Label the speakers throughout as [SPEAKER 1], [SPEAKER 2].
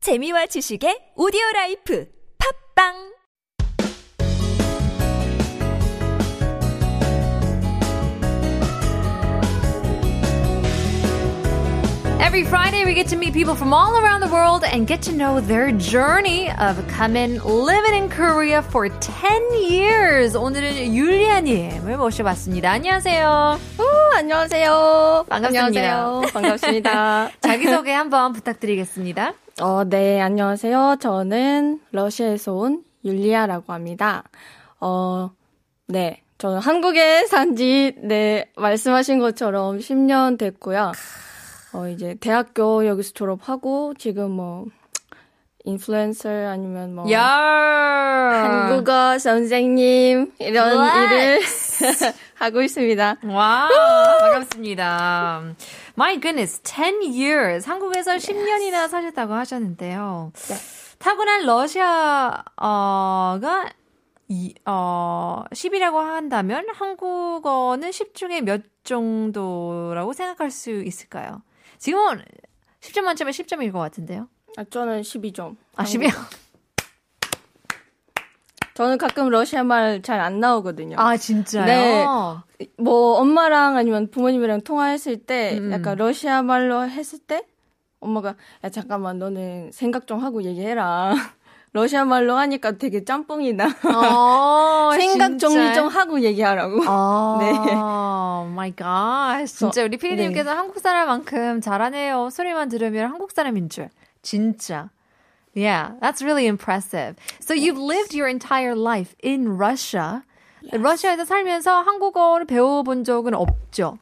[SPEAKER 1] 재미와 지식의 오디오 라이프 팝빵
[SPEAKER 2] Every Friday, we get to meet people from all around the world and get to know their journey of coming, living in Korea for 10 years. 오늘은 율리아님을 모셔봤습니다. 안녕하세요.
[SPEAKER 3] 오, 안녕하세요.
[SPEAKER 2] 반갑습니다.
[SPEAKER 3] 안녕하세요. 반갑습니다.
[SPEAKER 2] 자기소개 한번 부탁드리겠습니다.
[SPEAKER 3] 어, 네, 안녕하세요. 저는 러시아에서 온 율리아라고 합니다. 어, 네. 저는 한국에 산 지 네, 말씀하신 것처럼 10년 됐고요. 어, 이제 대학교 여기서 졸업하고 지금 뭐 인플루언서 아니면
[SPEAKER 2] 어.
[SPEAKER 3] 뭐
[SPEAKER 2] 야
[SPEAKER 3] 한국어 선생님 이런
[SPEAKER 2] What?
[SPEAKER 3] 일을 하고 있습니다.
[SPEAKER 2] 와, 반갑습니다. My goodness, 10 years. 한국에서 10년이나 사셨다고 하셨는데요. 타고난 러시아가 이, 어, 10이라고 한다면 한국어는 10 중에 몇 정도라고 생각할 수 있을까요? 지금은 10점 만점에 10점일 것 같은데요.
[SPEAKER 3] 아, 저는 12점.
[SPEAKER 2] 아, 10이요?
[SPEAKER 3] 저는 가끔 러시아 말 잘 안 나오거든요.
[SPEAKER 2] 아, 진짜요? 어,
[SPEAKER 3] 네. 뭐 엄마랑 아니면 부모님이랑 통화했을 때
[SPEAKER 2] 음, 음.
[SPEAKER 3] 약간 러시아 말로 했을 때 엄마가 야 잠깐만 너는 생각 좀 하고 얘기해라. 러시아 말로 하니까 되게 짬뽕이나
[SPEAKER 2] 어,
[SPEAKER 3] 생각
[SPEAKER 2] 진짜요?
[SPEAKER 3] 정리 좀 하고 얘기하라고. 네.
[SPEAKER 2] 아, 마이 갓. 진짜 우리 피디님께서 한국 사람만큼 잘하네요. 소리만 들으면 한국 사람인 줄. 진짜. Yeah, that's really impressive. So you've lived your entire life in Russia. 러시아에서 살면서 한국어를 배워본 적은 없죠?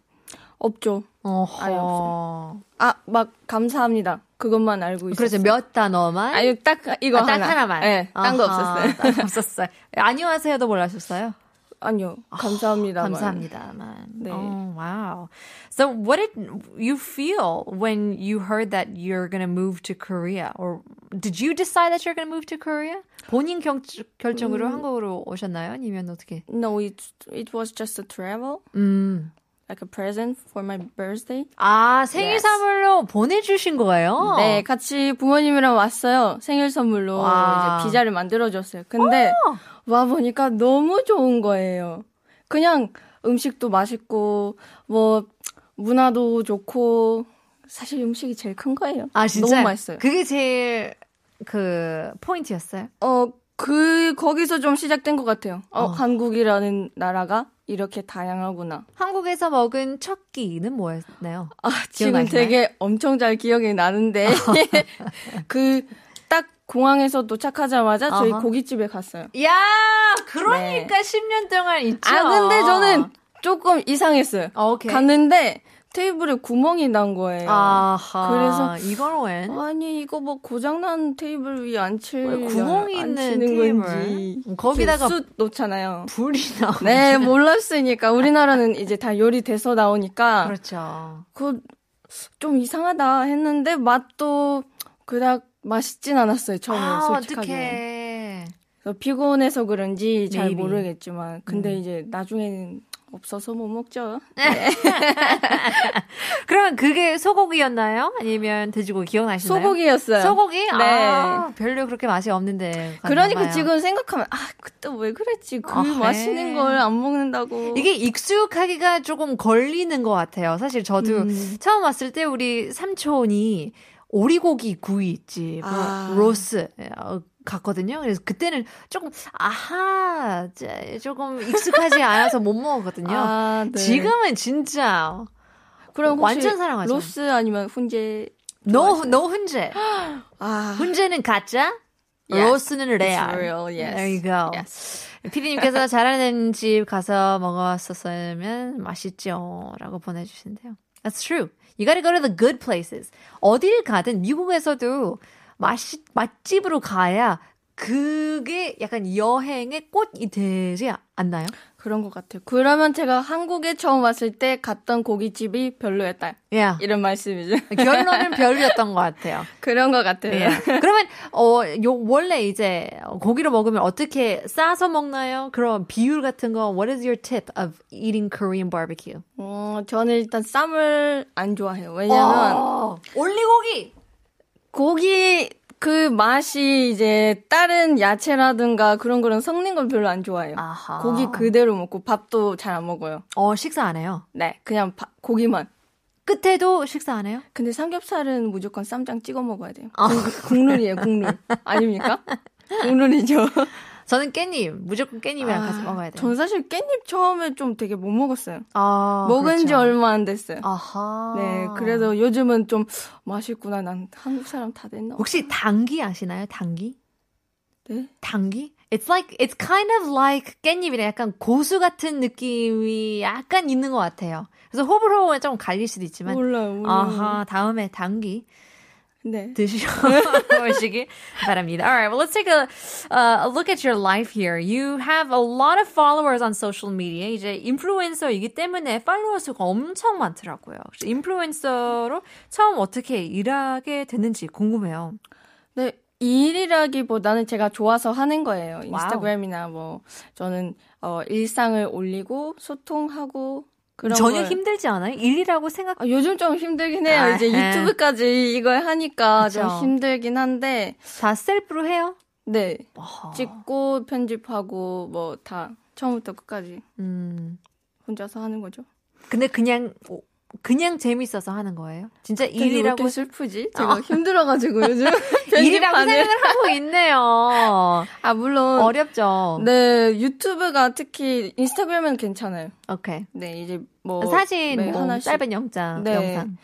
[SPEAKER 3] 없죠.
[SPEAKER 2] 어허.
[SPEAKER 3] 아예 아 막 감사합니다. 그것만 알고 있어요.
[SPEAKER 2] 그렇죠. 몇 단어만?
[SPEAKER 3] 아니 딱 이거
[SPEAKER 2] 아, 딱
[SPEAKER 3] 하나.
[SPEAKER 2] 하나. 만
[SPEAKER 3] 네, 딴거 없었어요.
[SPEAKER 2] 없었어요. 안녕하세요도 몰라셨어요?
[SPEAKER 3] 아니요. 감사합니다.
[SPEAKER 2] 감사합니다만.
[SPEAKER 3] 네.
[SPEAKER 2] Oh, wow. So what did you feel when you heard that you're going to move to Korea? Or did you decide that you're going to move to Korea? 본인 경, 결정으로
[SPEAKER 3] 음.
[SPEAKER 2] 한국으로 오셨나요? 아니면 어떻게?
[SPEAKER 3] No, it it was just a travel,
[SPEAKER 2] 음.
[SPEAKER 3] like a present for my birthday.
[SPEAKER 2] 아, 생일
[SPEAKER 3] Yes.
[SPEAKER 2] 선물로 보내주신 거예요?
[SPEAKER 3] 네, 같이 부모님이랑 왔어요. 생일 선물로
[SPEAKER 2] 어. 와.
[SPEAKER 3] 이제 비자를 만들어줬어요. 근데 와 보니까 너무 좋은 거예요. 그냥 음식도 맛있고 뭐 문화도 좋고 사실 음식이 제일 큰 거예요.
[SPEAKER 2] 아, 진짜?
[SPEAKER 3] 너무 맛있어요.
[SPEAKER 2] 그게 제일 그 포인트였어요?
[SPEAKER 3] 어, 그 거기서 좀 시작된 것 같아요. 어,
[SPEAKER 2] 어.
[SPEAKER 3] 한국이라는 나라가 이렇게 다양하구나.
[SPEAKER 2] 한국에서 먹은 첫 끼는 뭐였나요?
[SPEAKER 3] 아, 지금
[SPEAKER 2] 기억나시나요?
[SPEAKER 3] 되게 엄청 잘 기억이 나는데
[SPEAKER 2] 어.
[SPEAKER 3] 그 딱 공항에서 도착하자마자 저희
[SPEAKER 2] 어허.
[SPEAKER 3] 고깃집에 갔어요.
[SPEAKER 2] 야, 그러니까 10년 동안 있죠.
[SPEAKER 3] 네. 아 근데 저는 조금 이상했어요.
[SPEAKER 2] 오케이.
[SPEAKER 3] 갔는데 테이블에 구멍이 난 거예요. 아.
[SPEAKER 2] 아하.
[SPEAKER 3] 그래서-
[SPEAKER 2] 이걸 웬?
[SPEAKER 3] 니 이거 뭐 고장난 테이블 위에 앉힐
[SPEAKER 2] 구멍이 있는 테이블. 음, 거기다가
[SPEAKER 3] 숯 놓잖아요.
[SPEAKER 2] 불이 나오.
[SPEAKER 3] 네 몰랐으니까 우리나라는 이제 다 요리돼서 나오니까
[SPEAKER 2] 그렇죠.
[SPEAKER 3] 그좀 이상하다 했는데 맛도 그닥 맛있진 않았어요 처음에
[SPEAKER 2] 아,
[SPEAKER 3] 솔직하게.
[SPEAKER 2] 어떡해.
[SPEAKER 3] 그래서 피곤해서 그런지 잘
[SPEAKER 2] Maybe. 음.
[SPEAKER 3] 모르겠지만 근데 이제 나중에는 없어서 못 먹죠.
[SPEAKER 2] 그러면 그게 소고기였나요? 아니면 돼지고기 기억나시나요?
[SPEAKER 3] 소고기였어요.
[SPEAKER 2] 소고기?
[SPEAKER 3] 네.
[SPEAKER 2] 아, 별로 그렇게 맛이 없는데.
[SPEAKER 3] 그러니까
[SPEAKER 2] 갔나봐요.
[SPEAKER 3] 지금 생각하면 아 그때 왜 그랬지 그
[SPEAKER 2] 아, 네.
[SPEAKER 3] 맛있는 걸 안 먹는다고
[SPEAKER 2] 이게 익숙하기가 조금 걸리는 것 같아요. 사실 저도
[SPEAKER 3] 음.
[SPEAKER 2] 처음 왔을 때 우리 삼촌이 오리고기 구이집 뭐
[SPEAKER 3] 아.
[SPEAKER 2] 로스 어, 갔거든요. 그래서 그때는 조금 아하 이제 조금 익숙하지 않아서 못 먹었거든요.
[SPEAKER 3] 아, 네.
[SPEAKER 2] 지금은 진짜
[SPEAKER 3] 그럼 혹시
[SPEAKER 2] 완전 사랑하죠.
[SPEAKER 3] 로스 아니면 훈제
[SPEAKER 2] no no 훈제
[SPEAKER 3] 아
[SPEAKER 2] 훈제는 가짜
[SPEAKER 3] Yes.
[SPEAKER 2] 로스는 네,
[SPEAKER 3] It's
[SPEAKER 2] 레알. 네.
[SPEAKER 3] real, yes.
[SPEAKER 2] There you go.
[SPEAKER 3] Yes.
[SPEAKER 2] 피디님께서 잘하는 집 가서 먹었었으면 맛있죠. 라고 보내주신대요. That's true. You gotta go to the good places. 어딜 가든 미국에서도 맛이, 맛집으로 가야 그게 약간 여행의 꽃이 되지 않나요?
[SPEAKER 3] 그런 것 같아요. 그러면 제가 한국에 처음 왔을 때 갔던 고깃집이 별로였다
[SPEAKER 2] Yeah.
[SPEAKER 3] 이런 말씀이죠.
[SPEAKER 2] 결론은 별로였던 것 같아요.
[SPEAKER 3] 그런 것 같아요.
[SPEAKER 2] 예. 그러면 어, 요 원래 이제 고기를 먹으면 어떻게 싸서 먹나요? 그런 비율 같은 거 What is your tip of eating Korean barbecue?
[SPEAKER 3] 어, 저는
[SPEAKER 2] 어.
[SPEAKER 3] 일단
[SPEAKER 2] 아,
[SPEAKER 3] 쌈을 안 좋아해요. 왜냐면
[SPEAKER 2] 올리고기
[SPEAKER 3] 고기 그 맛이 이제 다른 야채라든가 그런 거랑 섞는 걸 별로 안 좋아해요.
[SPEAKER 2] 아하.
[SPEAKER 3] 고기 그대로 먹고 밥도 잘 안 먹어요.
[SPEAKER 2] 어, 식사 안 해요.
[SPEAKER 3] 네, 그냥 밥, 고기만.
[SPEAKER 2] 끝에도 식사 안 해요?
[SPEAKER 3] 근데 삼겹살은 무조건 쌈장 찍어 먹어야 돼요.
[SPEAKER 2] 아.
[SPEAKER 3] 국- 국룰이에요, 국룰. 아닙니까? 국룰이죠.
[SPEAKER 2] 저는 깻잎. 무조건 깻잎이랑 같이 아. 먹어야 돼요.
[SPEAKER 3] 아, 전 사실 깻잎 처음에 좀 되게 못 먹었어요.
[SPEAKER 2] 아,
[SPEAKER 3] 먹은 지
[SPEAKER 2] 그렇죠.
[SPEAKER 3] 얼마 안 됐어요.
[SPEAKER 2] 아하.
[SPEAKER 3] 네, 그래서 요즘은 좀 맛있구나. 난 한국 사람 다 됐나?
[SPEAKER 2] 혹시 당귀 아시나요? 당귀?
[SPEAKER 3] 네.
[SPEAKER 2] 당귀? It's like it's kind of like 깻잎이랑 약간 고수 같은 느낌이 약간 있는 것 같아요. 그래서 호불호는 좀 갈릴 수도 있지만
[SPEAKER 3] 몰라요, 몰라요.
[SPEAKER 2] 아하 다음에 당귀
[SPEAKER 3] 네.
[SPEAKER 2] 드셔보시기 바랍니다. All right, well let's take a, uh, a look at your life here. You have a lot of followers on social media. 이제 인플루엔서이기 때문에 팔로워 수가 엄청 많더라고요. 혹시 인플루엔서로 처음 어떻게 일하게 됐는지 궁금해요.
[SPEAKER 3] 네, 일이라기보다는 제가 좋아서 하는 거예요. 인스타그램이나 뭐 저는 어, 일상을 올리고 소통하고 그런
[SPEAKER 2] 전혀
[SPEAKER 3] 걸-
[SPEAKER 2] 힘들지 않아요? 일이라고 생각
[SPEAKER 3] 아, 요즘 좀 힘들긴 해요. 이제
[SPEAKER 2] 아하. 예.
[SPEAKER 3] 유튜브까지 이걸 하니까
[SPEAKER 2] 그쵸.
[SPEAKER 3] 좀 힘들긴 한데
[SPEAKER 2] 다 셀프로 해요?
[SPEAKER 3] 네
[SPEAKER 2] 와.
[SPEAKER 3] 찍고 편집하고 뭐 다 처음부터 끝까지
[SPEAKER 2] 음.
[SPEAKER 3] 혼자서 하는 거죠.
[SPEAKER 2] 근데 그냥 오, 그냥 재밌어서 하는 거예요? 진짜
[SPEAKER 3] 갑자기 왜
[SPEAKER 2] 일이라고
[SPEAKER 3] 이렇게 슬프지? 제가 힘들어가지고 요즘
[SPEAKER 2] 일이라고
[SPEAKER 3] 편집하는
[SPEAKER 2] 생각을 하고 있네요.
[SPEAKER 3] 아 물론
[SPEAKER 2] 어렵죠.
[SPEAKER 3] 네 유튜브가 특히 인스타그램은 괜찮아요.
[SPEAKER 2] 오케이.
[SPEAKER 3] 네 이제 뭐
[SPEAKER 2] 사진,
[SPEAKER 3] 네,
[SPEAKER 2] 뭐
[SPEAKER 3] 하나씩.
[SPEAKER 2] 짧은 영장,
[SPEAKER 3] 네.
[SPEAKER 2] 영상.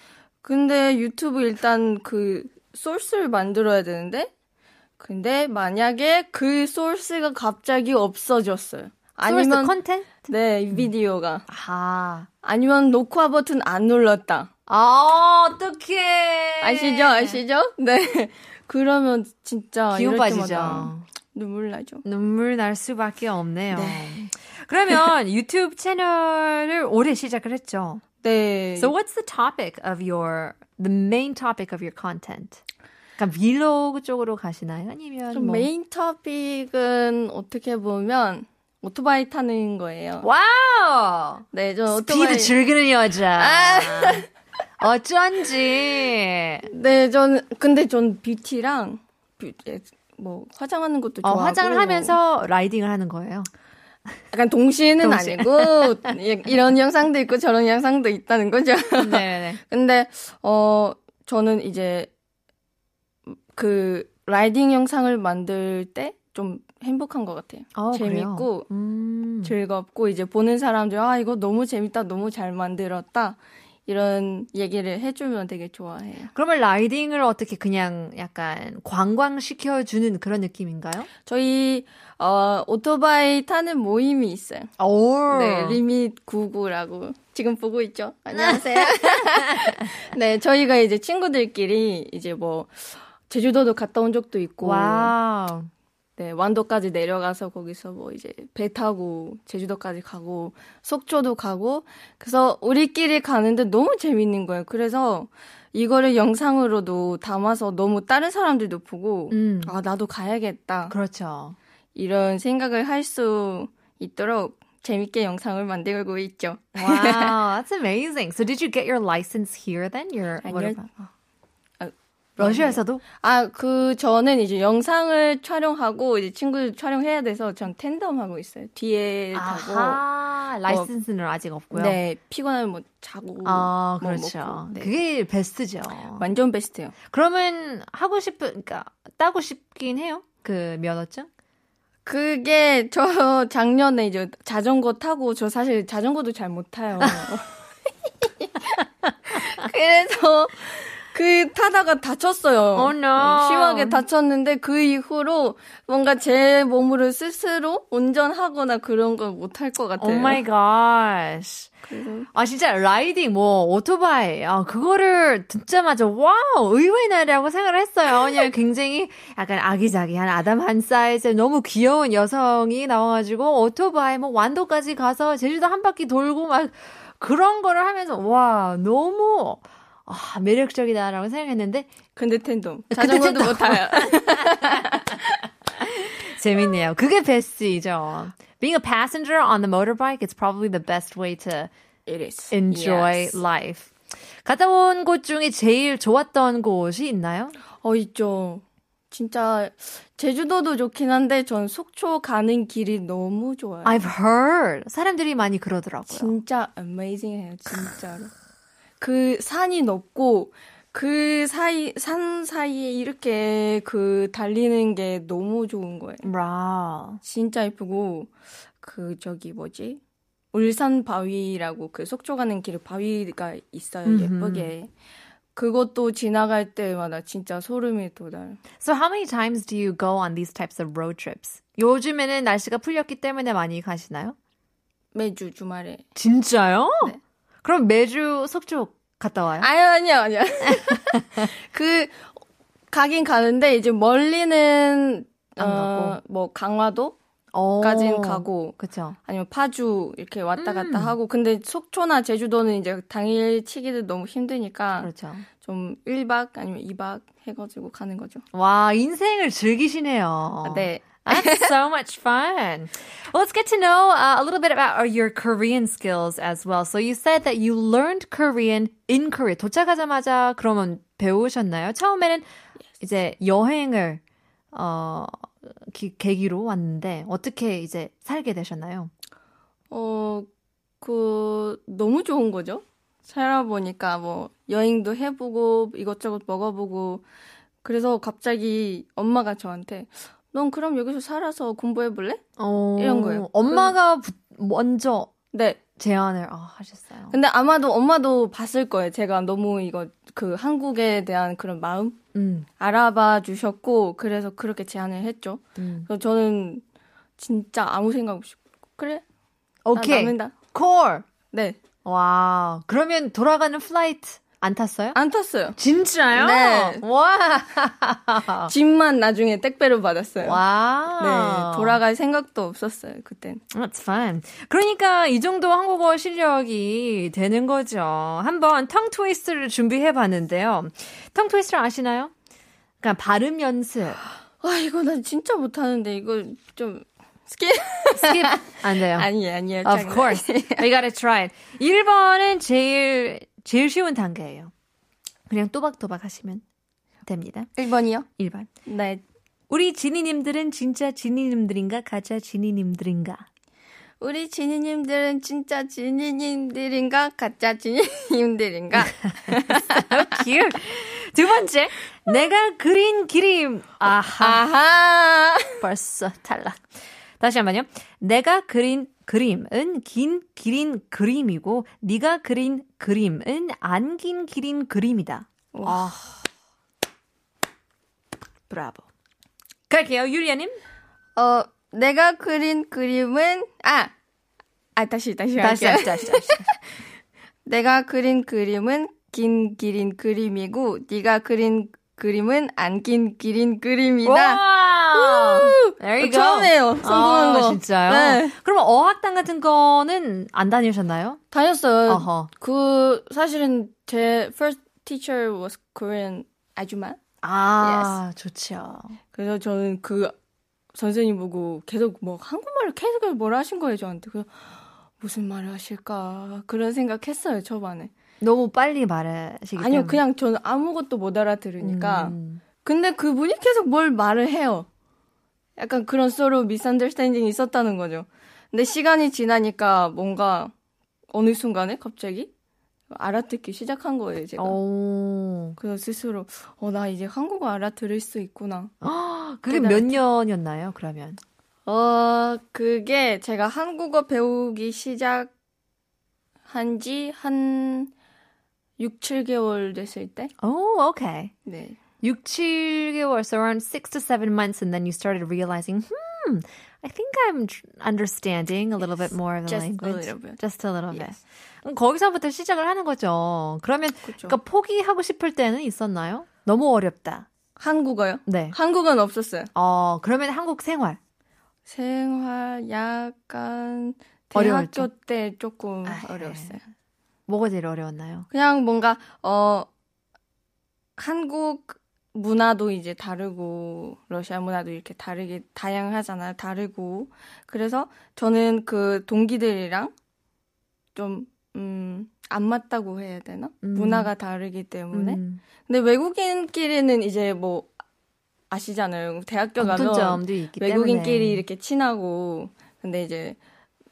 [SPEAKER 3] 근데 유튜브 일단 그 소스를 만들어야 되는데 근데 만약에 그 소스가 갑자기 없어졌어요.
[SPEAKER 2] 아니면
[SPEAKER 3] 아니면
[SPEAKER 2] 컨텐츠?
[SPEAKER 3] 네 비디오가
[SPEAKER 2] 아.
[SPEAKER 3] 아니면 녹화 버튼 안 눌렀다.
[SPEAKER 2] 아, 어떡해.
[SPEAKER 3] 아시죠? 아시죠? 네. 그러면 진짜
[SPEAKER 2] 기운
[SPEAKER 3] 이럴
[SPEAKER 2] 빠지죠.
[SPEAKER 3] 때마다 눈물 나죠.
[SPEAKER 2] 눈물 날 수밖에 없네요.
[SPEAKER 3] 네.
[SPEAKER 2] 그러면 유튜브 채널을 올해 시작을 했죠.
[SPEAKER 3] 네.
[SPEAKER 2] So what's the topic of your the main topic of your content? 약간 vlog 쪽으로 가시나요? 아니면
[SPEAKER 3] 좀
[SPEAKER 2] 뭐...
[SPEAKER 3] 메인 토픽은 어떻게 보면 오토바이 타는 거예요.
[SPEAKER 2] 와우!
[SPEAKER 3] 네, 저
[SPEAKER 2] 스피드
[SPEAKER 3] 오토바이
[SPEAKER 2] 즐기는 여자.
[SPEAKER 3] 아.
[SPEAKER 2] 어쩐지.
[SPEAKER 3] 네, 전 근데 전 뷰티랑 뷰, 예, 뭐 화장하는
[SPEAKER 2] 어,
[SPEAKER 3] 것도 좋아하고 뭐.
[SPEAKER 2] 화장을 하면서 라이딩을 하는 거예요.
[SPEAKER 3] 약간 동시에는
[SPEAKER 2] 동시에.
[SPEAKER 3] 아니고 예, 이런 영상도 있고 저런 영상도 있다는 거죠.
[SPEAKER 2] 네네.
[SPEAKER 3] 근데 어 저는 이제 그 라이딩 영상을 만들 때 좀 행복한 것 같아요.
[SPEAKER 2] 어,
[SPEAKER 3] 재밌고
[SPEAKER 2] 그래요? 음.
[SPEAKER 3] 즐겁고 이제 보는 사람들 아 이거 너무 재밌다 너무 잘 만들었다 이런 얘기를 해주면 되게 좋아해요.
[SPEAKER 2] 그러면 라이딩을 어떻게 그냥 약간 관광시켜주는 그런 느낌인가요?
[SPEAKER 3] 저희 어 오토바이 타는 모임이 있어요.
[SPEAKER 2] 오.
[SPEAKER 3] 네, 리밋 99라고 지금 보고 있죠. 안녕하세요. 네, 저희가 이제 친구들끼리 이제 뭐 제주도도 갔다 온 적도 있고,
[SPEAKER 2] 와우.
[SPEAKER 3] 네 완도까지 내려가서 거기서 뭐 이제 배 타고 제주도까지 가고 속초도 가고, 그래서 우리끼리 가는데 너무 재밌는 거예요. 그래서 이거를 영상으로도 담아서 너무 다른 사람들도 보고,
[SPEAKER 2] 음.
[SPEAKER 3] 아 나도 가야겠다
[SPEAKER 2] 그렇죠.
[SPEAKER 3] 이런 생각을 할 수 있도록 재밌게 영상을 만들고 있죠.
[SPEAKER 2] Wow, that's amazing. So did you get your license here then? Your what
[SPEAKER 3] 아니요.
[SPEAKER 2] about?
[SPEAKER 3] 아,
[SPEAKER 2] 러시아에서도?
[SPEAKER 3] 아, 그 저는 이제 영상을 촬영하고 이제 친구들 촬영해야 돼서 전 텐덤 하고 있어요. 뒤에 네, 타고. 뭐.
[SPEAKER 2] 아하, 라이센스는 아직 없고요.
[SPEAKER 3] 네, 피곤하면 뭐 자고.
[SPEAKER 2] 아,
[SPEAKER 3] 뭐
[SPEAKER 2] 그렇죠.
[SPEAKER 3] 먹고, 네.
[SPEAKER 2] 그게 베스트죠.
[SPEAKER 3] 완전 베스트예요.
[SPEAKER 2] 그러면 하고 싶은, 그러니까 따고 싶긴 해요. 그 면허증?
[SPEAKER 3] 그게 저 작년에 이제 자전거 타고 저 사실 자전거도 잘 못 타요. 아, 그래서 그 타다가 다쳤어요.
[SPEAKER 2] Oh, no.
[SPEAKER 3] 심하게 다쳤는데 그 이후로 뭔가 제 몸으로 스스로 운전하거나 그런 걸 못 할 것 같아요.
[SPEAKER 2] Oh my gosh.
[SPEAKER 3] 그래서
[SPEAKER 2] 아 진짜 라이딩 뭐 오토바이 아 그거를 듣자마자 와우 의외의 날이라고 생각을 했어요. 그냥 굉장히 약간 아기자기한 아담한 사이즈 너무 귀여운 여성이 나와가지고 오토바이 뭐 완도까지 가서 제주도 한 바퀴 돌고 막 그런 거를 하면서 와 너무 아 매력적이다라고 생각했는데
[SPEAKER 3] 근데 텐덤.
[SPEAKER 2] 근데
[SPEAKER 3] 자전거도 못 타요.
[SPEAKER 2] 재밌네요. 그게 베스트이죠. Being a passenger on the motorbike is probably the best way to
[SPEAKER 3] It is.
[SPEAKER 2] enjoy
[SPEAKER 3] Yes.
[SPEAKER 2] life. 갔다 온 곳 중에 제일 좋았던 곳이 있나요?
[SPEAKER 3] 어 있죠. 진짜 제주도도 좋긴 한데 전 속초 가는 길이 너무 좋아요.
[SPEAKER 2] I've heard. 사람들이 많이 그러더라고요.
[SPEAKER 3] 네. 진짜 amazing해요, 진짜로. 그 산이 높고 그 사이 산 사이에 이렇게 그 달리는 게 너무 좋은 거예요.
[SPEAKER 2] Wow.
[SPEAKER 3] 진짜 예쁘고 그 저기 뭐지? 울산 바위라고 그 속초 가는 길에 바위가 있어요,
[SPEAKER 2] 음흠.
[SPEAKER 3] 예쁘게. 그것도 지나갈 때마다 진짜 소름이 돋아요.
[SPEAKER 2] So how many times do you go on these types of road trips? 요즘에는 날씨가 풀렸기 때문에 많이 가시나요?
[SPEAKER 3] 매주 주말에.
[SPEAKER 2] 진짜요? 그럼 매주 속초 갔다 와요?
[SPEAKER 3] 아유, 아니요, 아니요. 그, 가긴 가는데, 이제 멀리는,
[SPEAKER 2] 안
[SPEAKER 3] 어, 뭐, 아, 강화도까지는
[SPEAKER 2] 어.
[SPEAKER 3] 가고,
[SPEAKER 2] 그쵸.
[SPEAKER 3] 아니면 파주, 이렇게 왔다 갔다
[SPEAKER 2] 음.
[SPEAKER 3] 하고, 근데 속초나 제주도는 이제 당일 치기도 너무 힘드니까,
[SPEAKER 2] 그렇죠.
[SPEAKER 3] 좀 1박 아니면 2박 해가지고 가는 거죠.
[SPEAKER 2] 와, 인생을 즐기시네요.
[SPEAKER 3] 아, 네.
[SPEAKER 2] That's so much fun. Well, let's get to know uh, a little bit about uh, your Korean skills as well. So you said that you learned Korean in Korea. 도착하자마자 그러면 배우셨나요? 처음에는 이제 여행을 어, 기- 계기로 왔는데 어떻게 이제 살게 되셨나요?
[SPEAKER 3] 어, 그, 너무 좋은 거죠? 살아보니까 뭐, 여행도 해보고, 이것저것 먹어보고, 그래서 갑자기 엄마가 저한테, 넌 그럼 여기서 살아서 공부해볼래? 어, 이런 거예요.
[SPEAKER 2] 엄마가 부- 먼저
[SPEAKER 3] 네.
[SPEAKER 2] 제안을 아, 하셨어요.
[SPEAKER 3] 근데 아마도 엄마도 봤을 거예요. 제가 너무 이거, 그, 한국에 대한 그런 마음?
[SPEAKER 2] 음,
[SPEAKER 3] 알아봐 주셨고, 그래서 그렇게 제안을 했죠.
[SPEAKER 2] 음.
[SPEAKER 3] 그래서 저는 진짜 아무 생각 없이, 그래? 아, 나
[SPEAKER 2] 오케이.
[SPEAKER 3] 남는다.
[SPEAKER 2] 콜.
[SPEAKER 3] 네.
[SPEAKER 2] 와, 그러면 돌아가는 플라이트 안 탔어요?
[SPEAKER 3] 안 탔어요.
[SPEAKER 2] 진짜요?
[SPEAKER 3] 네.
[SPEAKER 2] 와.
[SPEAKER 3] 짐만 나중에 택배로 받았어요.
[SPEAKER 2] 와.
[SPEAKER 3] 네, 돌아갈 생각도 없었어요, 그땐.
[SPEAKER 2] That's fun. 그러니까 이 정도 한국어 실력이 되는 거죠. 한번 텅 트위스트를 준비해 봤는데요. 텅 트위스트 아시나요? 그러니까 발음 연습.
[SPEAKER 3] 아, 이거 나 진짜 못하는데, 이거 좀, 스킬?
[SPEAKER 2] 스킵 안 돼요.
[SPEAKER 3] 아니, 아니에요.
[SPEAKER 2] Of
[SPEAKER 3] 장난.
[SPEAKER 2] course. We gotta try it. 1번은 제일 제일 쉬운 단계예요. 그냥 또박또박 하시면 됩니다.
[SPEAKER 3] 1번이요?
[SPEAKER 2] 1번.
[SPEAKER 3] 네.
[SPEAKER 2] 우리 지니님들은 진짜 지니님들인가 가짜 지니님들인가?
[SPEAKER 3] 우리 지니님들은 진짜 지니님들인가? 가짜 지니님들인가?
[SPEAKER 2] cute. 두 번째, 내가 그린 그림. 아하,
[SPEAKER 3] 아하!
[SPEAKER 2] 벌써 탈락. 다시 한번요. 내가 그린 그림은 긴 기린 그림이고, 네가 그린 그림은 안 긴 기린 그림이다.
[SPEAKER 3] 와.
[SPEAKER 2] 브라보. 갈게요, 유리아님.
[SPEAKER 3] 어, 내가 그린 그림은, 아! 아, 다시, 다시
[SPEAKER 2] 다시,
[SPEAKER 3] 할게요.
[SPEAKER 2] 다시, 다시, 다시.
[SPEAKER 3] 내가 그린 그림은 긴 기린 그림이고, 네가 그린 그림은 안 긴 기린 그림이다.
[SPEAKER 2] 와! There you go.
[SPEAKER 3] 처음이에요, 성공한
[SPEAKER 2] 아,
[SPEAKER 3] 거.
[SPEAKER 2] 진짜요?
[SPEAKER 3] 네.
[SPEAKER 2] 그럼 어학당 같은 거는 안 다니셨나요?
[SPEAKER 3] 다녔어요.
[SPEAKER 2] 어허.
[SPEAKER 3] 그 사실은 제 first teacher was Korean 아줌마.
[SPEAKER 2] 아, 좋죠.
[SPEAKER 3] 그래서 저는 그 선생님 보고 계속 뭐 한국말을 계속 뭐라 하신 거예요 저한테. 그래서 무슨 말을 하실까 그런 생각했어요 초반에.
[SPEAKER 2] 너무 빨리 말하시기 때문에.
[SPEAKER 3] 아니요 그냥 저는 아무것도 못 알아들으니까.
[SPEAKER 2] 음.
[SPEAKER 3] 근데 그분이 계속 뭘 말을 해요. 약간 그런 서로 미sunder스탠딩이 있었다는 거죠. 근데 시간이 지나니까 뭔가 어느 순간에 갑자기 알아듣기 시작한 거예요 제가.
[SPEAKER 2] 오.
[SPEAKER 3] 그래서 스스로 어 나 이제 한국어 알아들을 수 있구나.
[SPEAKER 2] 그게 몇 년이었나요, 그러면?
[SPEAKER 3] 어 그게 제가 한국어 배우기 시작한 지 한 6, 7개월 됐을 때.
[SPEAKER 2] Oh, okay.
[SPEAKER 3] 네.
[SPEAKER 2] 6, 7개월, so around 6 to 7 months, and then you started realizing, hmm, I think I'm tr- understanding a little bit more of the
[SPEAKER 3] just a
[SPEAKER 2] language.
[SPEAKER 3] little bit.
[SPEAKER 2] Just a little bit.
[SPEAKER 3] Yes.
[SPEAKER 2] 그럼 거기서부터 시작을 하는 거죠. 그러면,
[SPEAKER 3] 그쵸.
[SPEAKER 2] 그러니까 포기하고 싶을 때는 있었나요? 너무 어렵다.
[SPEAKER 3] 한국어요?
[SPEAKER 2] 네.
[SPEAKER 3] 한국은 없었어요.
[SPEAKER 2] 어, 그러면 한국 생활.
[SPEAKER 3] 생활 약간
[SPEAKER 2] 어려웠죠?
[SPEAKER 3] 대학교 때 조금
[SPEAKER 2] 아,
[SPEAKER 3] 어려웠어요.
[SPEAKER 2] 뭐가 제일 어려웠나요?
[SPEAKER 3] 그냥 뭔가 어 한국 문화도 이제 다르고 러시아 문화도 이렇게 다르게 다양하잖아요. 다르고 그래서 저는 그 동기들이랑 좀 음 안 맞다고 해야 되나?
[SPEAKER 2] 음.
[SPEAKER 3] 문화가 다르기 때문에.
[SPEAKER 2] 음.
[SPEAKER 3] 근데 외국인끼리는 이제 뭐 아시잖아요. 대학교 가면
[SPEAKER 2] 공통점도 있기
[SPEAKER 3] 외국인끼리
[SPEAKER 2] 때문에.
[SPEAKER 3] 이렇게 친하고 근데 이제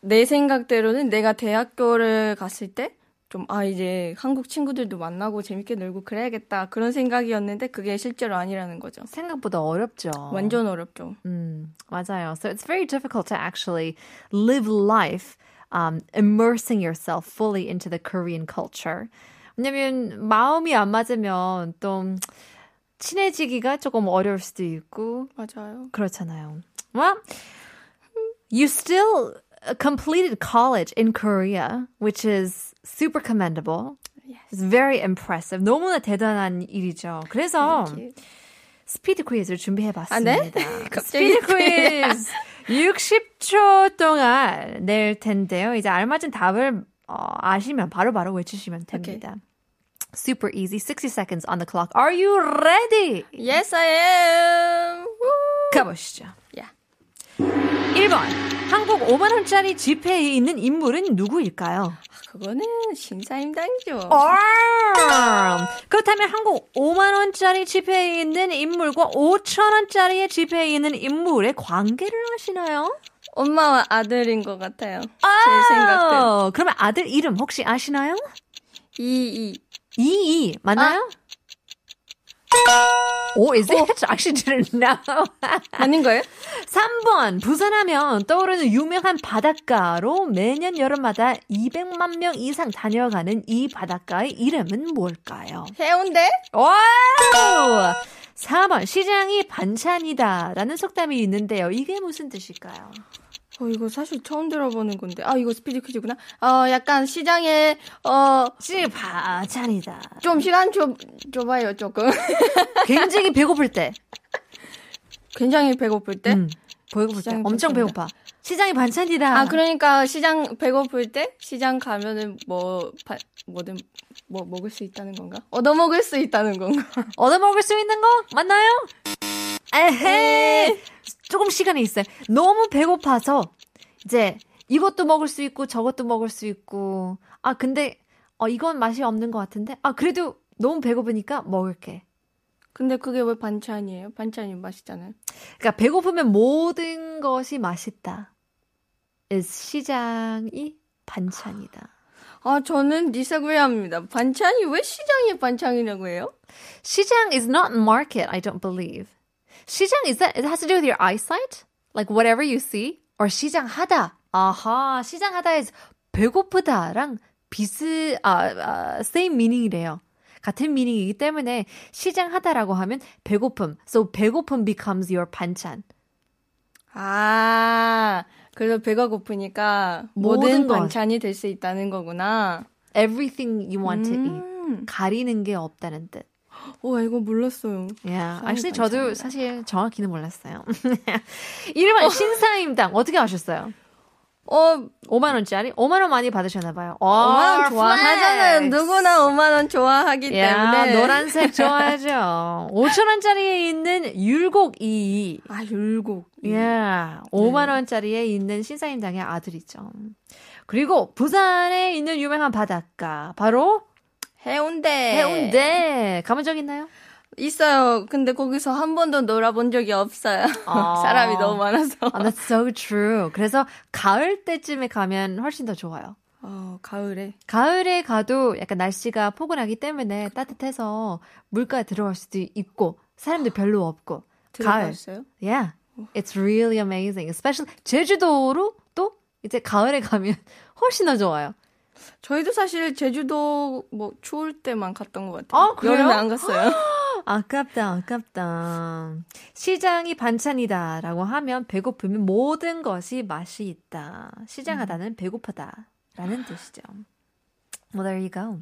[SPEAKER 3] 내 생각대로는 내가 대학교를 갔을 때 좀 아 이제 한국 친구들도 만나고 재밌게 놀고 그래야겠다 그런 생각이었는데 그게 실제로 아니라는 거죠.
[SPEAKER 2] 생각보다 어렵죠.
[SPEAKER 3] 완전 어렵죠.
[SPEAKER 2] 음, Mm, 맞아요. So it's very difficult to actually live life um, immersing yourself fully into the Korean culture. 왜냐면 마음이 안 맞으면 또 친해지기가 조금 어려울 수도 있고
[SPEAKER 3] 맞아요.
[SPEAKER 2] 그렇잖아요. Well, you still completed college in Korea, which is super commendable. It's very impressive. 너무나 대단한 일이죠. 그래서 스피드 퀴즈를 준비해봤습니다.
[SPEAKER 3] 아, 네? 갑자기
[SPEAKER 2] 스피드 퀴즈 60초 동안 낼 텐데요. 이제 알맞은 답을 어, 아시면 바로바로 외치시면 됩니다. Super easy. 60 seconds on the clock. Are you ready?
[SPEAKER 3] Yes, I am.
[SPEAKER 2] 가보시죠.
[SPEAKER 3] 야.
[SPEAKER 2] 1번. 한국 5만 원짜리 지폐에 있는 인물은 누구일까요?
[SPEAKER 3] 그거는 신사임당이죠.
[SPEAKER 2] 어. 그렇다면 한국 5만 원짜리 지폐에 있는 인물과 5천 원짜리의 지폐에 있는 인물의 관계를 아시나요?
[SPEAKER 3] 엄마와 아들인 것 같아요. 제 생각대로.
[SPEAKER 2] 어, 그러면 아들 이름 혹시 아시나요?
[SPEAKER 3] 이이.
[SPEAKER 2] 이이
[SPEAKER 3] 아.
[SPEAKER 2] 맞나요? 오, is it? Actually didn't know.
[SPEAKER 3] 아닌 거예요?
[SPEAKER 2] 3번 부산하면 떠오르는 유명한 바닷가로 매년 여름마다 200만 명 이상 다녀가는 이 바닷가의 이름은 뭘까요?
[SPEAKER 3] 해운대?
[SPEAKER 2] 와우! 4번 시장이 반찬이다라는 속담이 있는데요. 이게 무슨 뜻일까요?
[SPEAKER 3] 어, 이거 사실 처음 들어보는 건데. 아, 이거 스피드 퀴즈구나. 어, 약간 시장에, 어,
[SPEAKER 2] 시 반찬이다.
[SPEAKER 3] 좀 시간 줘, 줘봐요, 조금.
[SPEAKER 2] 굉장히 배고플 때.
[SPEAKER 3] 굉장히 배고플 때.
[SPEAKER 2] 음, 배고플 때.
[SPEAKER 3] 네? 시장이
[SPEAKER 2] 엄청 배고파.
[SPEAKER 3] 반찬이다.
[SPEAKER 2] 시장이 반찬이다.
[SPEAKER 3] 아, 그러니까 시장, 배고플 때? 시장 가면은 뭐, 바, 뭐든, 뭐, 먹을 수 있다는 건가? 얻어먹을 수 있다는 건가?
[SPEAKER 2] 얻어먹을 수 있는 거 맞나요?
[SPEAKER 3] 네.
[SPEAKER 2] 에헤 조금 시간이 있어요. 너무 배고파서 이제 이것도 먹을 수 있고 저것도 먹을 수 있고 아 근데 어 이건 맛이 없는 것 같은데 아 그래도 너무 배고프니까 먹을게.
[SPEAKER 3] 근데 그게 왜 반찬이에요? 반찬이 맛있잖아요.
[SPEAKER 2] 그러니까 배고프면 모든 것이 맛있다. is 시장이 반찬이다.
[SPEAKER 3] 아, 저는 디사구이합니다. 반찬이 왜 시장에 반찬이라고 해요?
[SPEAKER 2] 시장 is not market, I don't believe. 시장 is that it has to do with your eyesight? Like whatever you see or 시장하다. 아하, 시장하다 is 배고프다랑 비스 아, 아 same meaning이래요. 같은 meaning이기 때문에 시장하다라고 하면 배고픔. So 배고픔 becomes your 반찬.
[SPEAKER 3] 아, 그래서 배가 고프니까
[SPEAKER 2] 모든
[SPEAKER 3] 모든
[SPEAKER 2] 걸.
[SPEAKER 3] 반찬이 될 수 있다는 거구나.
[SPEAKER 2] Everything you want to eat.
[SPEAKER 3] 음.
[SPEAKER 2] 가리는 게 없다는 뜻.
[SPEAKER 3] 와, 이거 몰랐어요.
[SPEAKER 2] 야,
[SPEAKER 3] 상이
[SPEAKER 2] actually 저도
[SPEAKER 3] 많잖아요.
[SPEAKER 2] 사실 정확히는 몰랐어요. 1번 신사임당 어떻게 아셨어요?
[SPEAKER 3] 어,
[SPEAKER 2] 5만 원짜리? 5만 원 많이 받으셨나 봐요.
[SPEAKER 3] 5만 어, 원 좋아하잖아요. 누구나 5만 원 좋아하기
[SPEAKER 2] 야,
[SPEAKER 3] 때문에.
[SPEAKER 2] 노란색 좋아하죠. 5천 원짜리에 있는 율곡 이이.
[SPEAKER 3] 아, 율곡.
[SPEAKER 2] 예,
[SPEAKER 3] 네.
[SPEAKER 2] 5만 원짜리에 있는 신사임당의 아들이죠. 그리고 부산에 있는 유명한 바닷가 바로
[SPEAKER 3] 해운대.
[SPEAKER 2] 해운대. 가본 적 있나요?
[SPEAKER 3] 있어요. 근데 거기서 한 번도 놀아본 적이 없어요.
[SPEAKER 2] 아.
[SPEAKER 3] 사람이 너무 많아서.
[SPEAKER 2] 아, that's so true. 그래서 가을 때쯤에 가면 훨씬 더 좋아요.
[SPEAKER 3] 어, 가을에.
[SPEAKER 2] 가을에 가도 약간 날씨가 포근하기 때문에 따뜻해서 물가에 들어갈 수도 있고 사람도 별로 없고 가을.
[SPEAKER 3] 들어봤어요?
[SPEAKER 2] Yeah. It's really amazing. Especially 제주도로 또 이제 가을에 가면 훨씬 더 좋아요.
[SPEAKER 3] 저희도 사실 제주도 뭐 추울 때만 갔던 것 같아요.
[SPEAKER 2] 아, 그래요?
[SPEAKER 3] 여름에 안 갔어요.
[SPEAKER 2] 아깝다, 아깝다. 시장이 반찬이다라고 하면 배고프면 모든 것이 맛이 있다. 시장하다는 배고프다라는 뜻이죠. Well, there you go.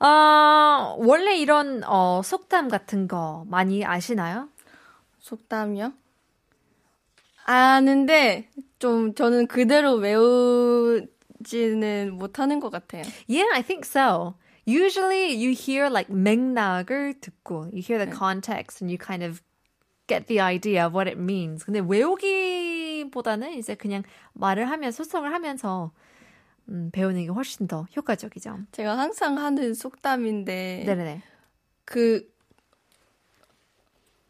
[SPEAKER 2] 어, 원래 이런 어, 속담 같은 거 많이 아시나요?
[SPEAKER 3] 속담이요? 아는데 좀 저는 그대로 외우지는 못하는 것 같아요.
[SPEAKER 2] Yeah, I think so. Usually you hear like 맥락을 듣고 you
[SPEAKER 3] 네.
[SPEAKER 2] hear the context and you kind of get the idea of what it means. 근데 외우기보다는 이제 그냥 말을 하면 소통을 하면서 음, 배우는 게 훨씬 더 효과적이죠.
[SPEAKER 3] 제가 네. 항상 하는 속담인데
[SPEAKER 2] 네, 네, 네.
[SPEAKER 3] 그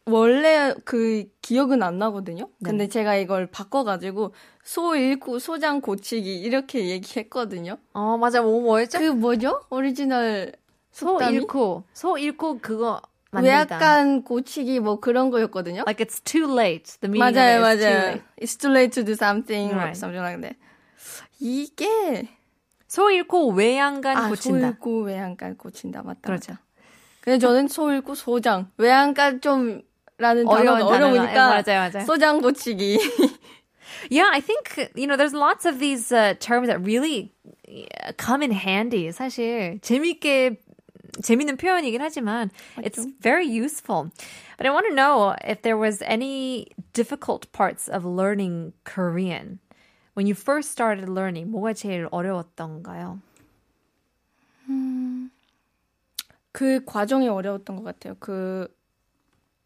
[SPEAKER 3] 원래 그 기억은 안 나거든요.
[SPEAKER 2] 네.
[SPEAKER 3] 근데 제가 이걸 바꿔가지고 소 잃고 소장 고치기 이렇게 얘기했거든요.
[SPEAKER 2] 어, 맞아. 뭐 뭐였죠?
[SPEAKER 3] 그 뭐죠? 오리지널
[SPEAKER 2] 소
[SPEAKER 3] 속담이? 뭐
[SPEAKER 2] 잃고 소 잃고 그거 만들다.
[SPEAKER 3] 외약간 고치기 뭐 그런 거였거든요.
[SPEAKER 2] like it's too late. The meaning
[SPEAKER 3] 맞아요,
[SPEAKER 2] of it is too late.
[SPEAKER 3] 맞아요. It's too late to do something or
[SPEAKER 2] Right.
[SPEAKER 3] something like that. 이게
[SPEAKER 2] 소 잃고 외양간
[SPEAKER 3] 아,
[SPEAKER 2] 고친다.
[SPEAKER 3] 소일고 외양간 고친다 맞다.
[SPEAKER 2] 그렇죠.
[SPEAKER 3] 맞다. 근데 저는 소일고 소장 외양간 좀라는
[SPEAKER 2] 어려운
[SPEAKER 3] 단어는
[SPEAKER 2] 단어가- 예,
[SPEAKER 3] 어려우니까
[SPEAKER 2] 맞아요, 맞아요.
[SPEAKER 3] 소장 고치기.
[SPEAKER 2] Yeah, I think you know there's lots of these uh, terms that really uh, come in handy. 사실 재밌게 재밌는 표현이긴 하지만 it's very useful. But I want to know if there was any difficult parts of learning Korean when you first started learning. 뭐가 제일 어려웠던가요?
[SPEAKER 3] 그 과정이 어려웠던 것 같아요. 그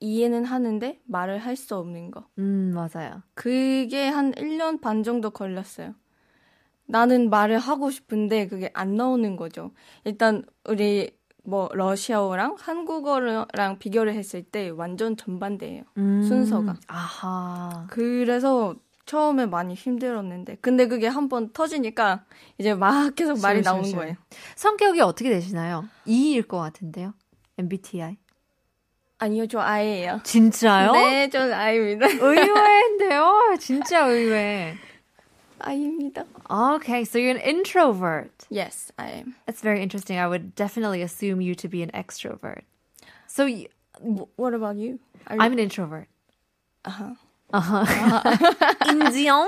[SPEAKER 3] 이해는 하는데 말을 할 수 없는 거.
[SPEAKER 2] 음, 맞아요.
[SPEAKER 3] 그게 한 1년 반 정도 걸렸어요. 나는 말을 하고 싶은데 그게 안 나오는 거죠. 일단 우리 뭐 러시아어랑 한국어랑 비교를 했을 때 완전 전반대예요.
[SPEAKER 2] 음,
[SPEAKER 3] 순서가.
[SPEAKER 2] 아하.
[SPEAKER 3] 그래서 처음에 많이 힘들었는데 근데 그게 한 번 터지니까 이제 막 계속 말이
[SPEAKER 2] 쉬울,
[SPEAKER 3] 나오는
[SPEAKER 2] 쉬울,
[SPEAKER 3] 거예요.
[SPEAKER 2] 성격이 어떻게 되시나요? E일 것 같은데요. MBTI.
[SPEAKER 3] 아니요, 저 아이예요.
[SPEAKER 2] 진짜요?
[SPEAKER 3] 네, 저 아이입니다.
[SPEAKER 2] 의외인데요. 진짜 의외.
[SPEAKER 3] 아이입니다.
[SPEAKER 2] Okay, so you're an introvert.
[SPEAKER 3] Yes, I am.
[SPEAKER 2] That's very interesting. I would definitely assume you to be an extrovert. So y-
[SPEAKER 3] 뭐, What about you? Are you-
[SPEAKER 2] I'm an introvert.
[SPEAKER 3] Uh-huh.
[SPEAKER 2] 인정?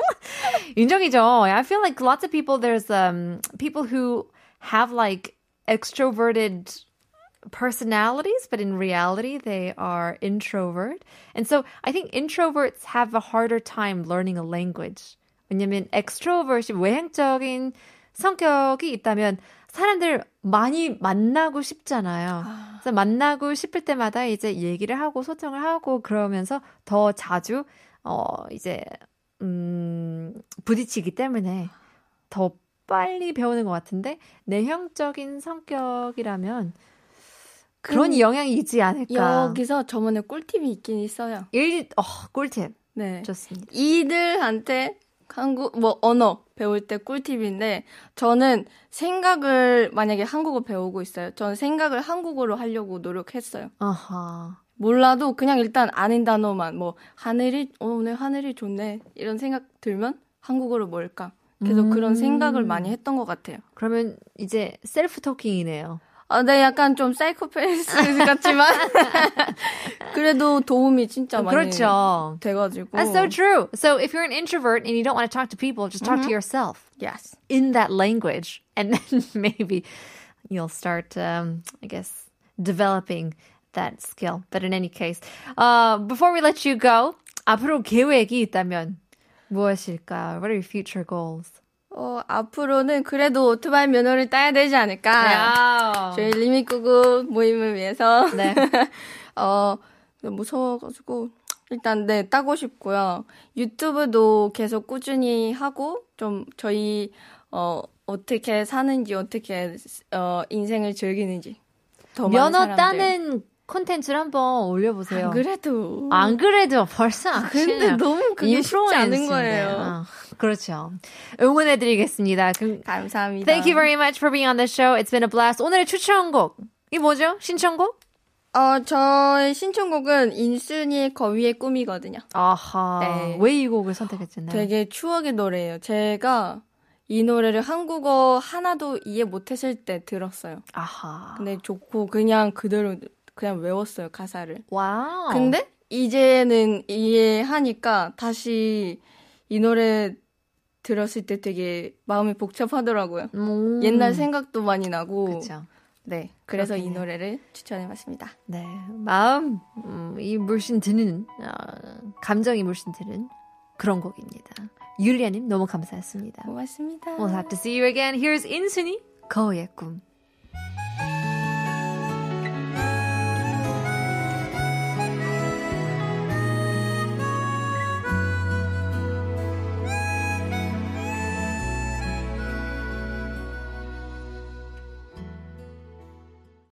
[SPEAKER 2] 인정이죠. I feel like lots of people, there's um, people who have like extroverted personalities, but in reality, they are introvert. And so I think introverts have a harder time learning a language. 왜냐면 extrovert이 외향적인 성격이 있다면 사람들 많이 만나고 싶잖아요. 그래서 만나고 싶을 때마다 이제 얘기를 하고 소통을 하고 그러면서 더 자주 어 이제 음 부딪히기 때문에 더 빨리 배우는 것 같은데 내향적인 성격이라면 그런 영향이 있지 않을까.
[SPEAKER 3] 음. 여기서 저만의 꿀팁이 있긴 있어요.
[SPEAKER 2] 일, 어, 꿀팁.
[SPEAKER 3] 네.
[SPEAKER 2] 좋습니다.
[SPEAKER 3] 이들한테 한국 뭐 언어 배울 때 꿀팁인데 저는 생각을 만약에 한국어 배우고 있어요. 저는 생각을 한국어로 하려고 노력했어요.
[SPEAKER 2] 아하.
[SPEAKER 3] 몰라도 그냥 일단 아는 단어만 뭐 하늘이 어, 오늘 하늘이 좋네 이런 생각 들면 한국어로 뭘까 계속
[SPEAKER 2] 음.
[SPEAKER 3] 그런 생각을 많이 했던 것 같아요.
[SPEAKER 2] 그러면 이제 셀프 토킹이네요.
[SPEAKER 3] 아, 네, 약간 좀 사이코패스 같지만 그래도 도움이 진짜 많이
[SPEAKER 2] 그렇죠.
[SPEAKER 3] 돼가지고.
[SPEAKER 2] That's so true. So if you're an introvert and you don't want to talk to people, just talk to
[SPEAKER 3] Mm-hmm.
[SPEAKER 2] yourself
[SPEAKER 3] Yes.
[SPEAKER 2] in that language, and then maybe you'll start, um, I guess, developing that skill. But in any case, uh, before we let you go, 앞으로 계획이 있다면 무엇일까? What are your future goals?
[SPEAKER 3] 어, 앞으로는 그래도 오토바이 면허를 따야 되지 않을까.
[SPEAKER 2] Wow.
[SPEAKER 3] 저희 리미꾸구 모임을 위해서.
[SPEAKER 2] 네.
[SPEAKER 3] 어, 무서워가지고. 일단, 네, 따고 싶고요. 유튜브도 계속 꾸준히 하고, 좀, 저희, 어, 어떻게 사는지, 어떻게, 어, 인생을 즐기는지. 더 많은
[SPEAKER 2] 면허
[SPEAKER 3] 사람들.
[SPEAKER 2] 따는 콘텐츠를 한번 올려보세요.
[SPEAKER 3] 안 그래도.
[SPEAKER 2] 안 그래도 벌써
[SPEAKER 3] 근데 너무 그게 쉽지 않은 거예요.
[SPEAKER 2] 아. 그렇죠. 응원해드리겠습니다. 그럼
[SPEAKER 3] 감사합니다.
[SPEAKER 2] Thank you very much for being on the show. It's been a blast. 오늘의 추천곡. 이 뭐죠? 신청곡?
[SPEAKER 3] 어, 저의 신청곡은 인순이의 거위의 꿈이거든요.
[SPEAKER 2] 아하.
[SPEAKER 3] 네.
[SPEAKER 2] 왜 이 곡을 선택했잖아요.
[SPEAKER 3] 되게 추억의 노래예요. 제가 이 노래를 한국어 하나도 이해 못했을 때 들었어요.
[SPEAKER 2] 아하.
[SPEAKER 3] 근데 좋고 그냥 그대로 그냥 외웠어요 가사를.
[SPEAKER 2] 와우.
[SPEAKER 3] 근데 이제는 이해하니까 다시 이 노래 들었을 때 되게 마음이 복잡하더라고요.
[SPEAKER 2] 음.
[SPEAKER 3] 옛날 생각도 많이 나고.
[SPEAKER 2] 그렇죠.
[SPEAKER 3] 네. 그래서 이
[SPEAKER 2] 그렇겠네요.
[SPEAKER 3] 노래를 추천해봤습니다.
[SPEAKER 2] 네. 마음, 음, 이 물씬 드는, 어, 감정이 물씬 드는 그런 곡입니다. 율리아님, 너무 감사했습니다.
[SPEAKER 3] 고맙습니다.
[SPEAKER 2] We'll have to see you again. Here's 인순이 거의 꿈.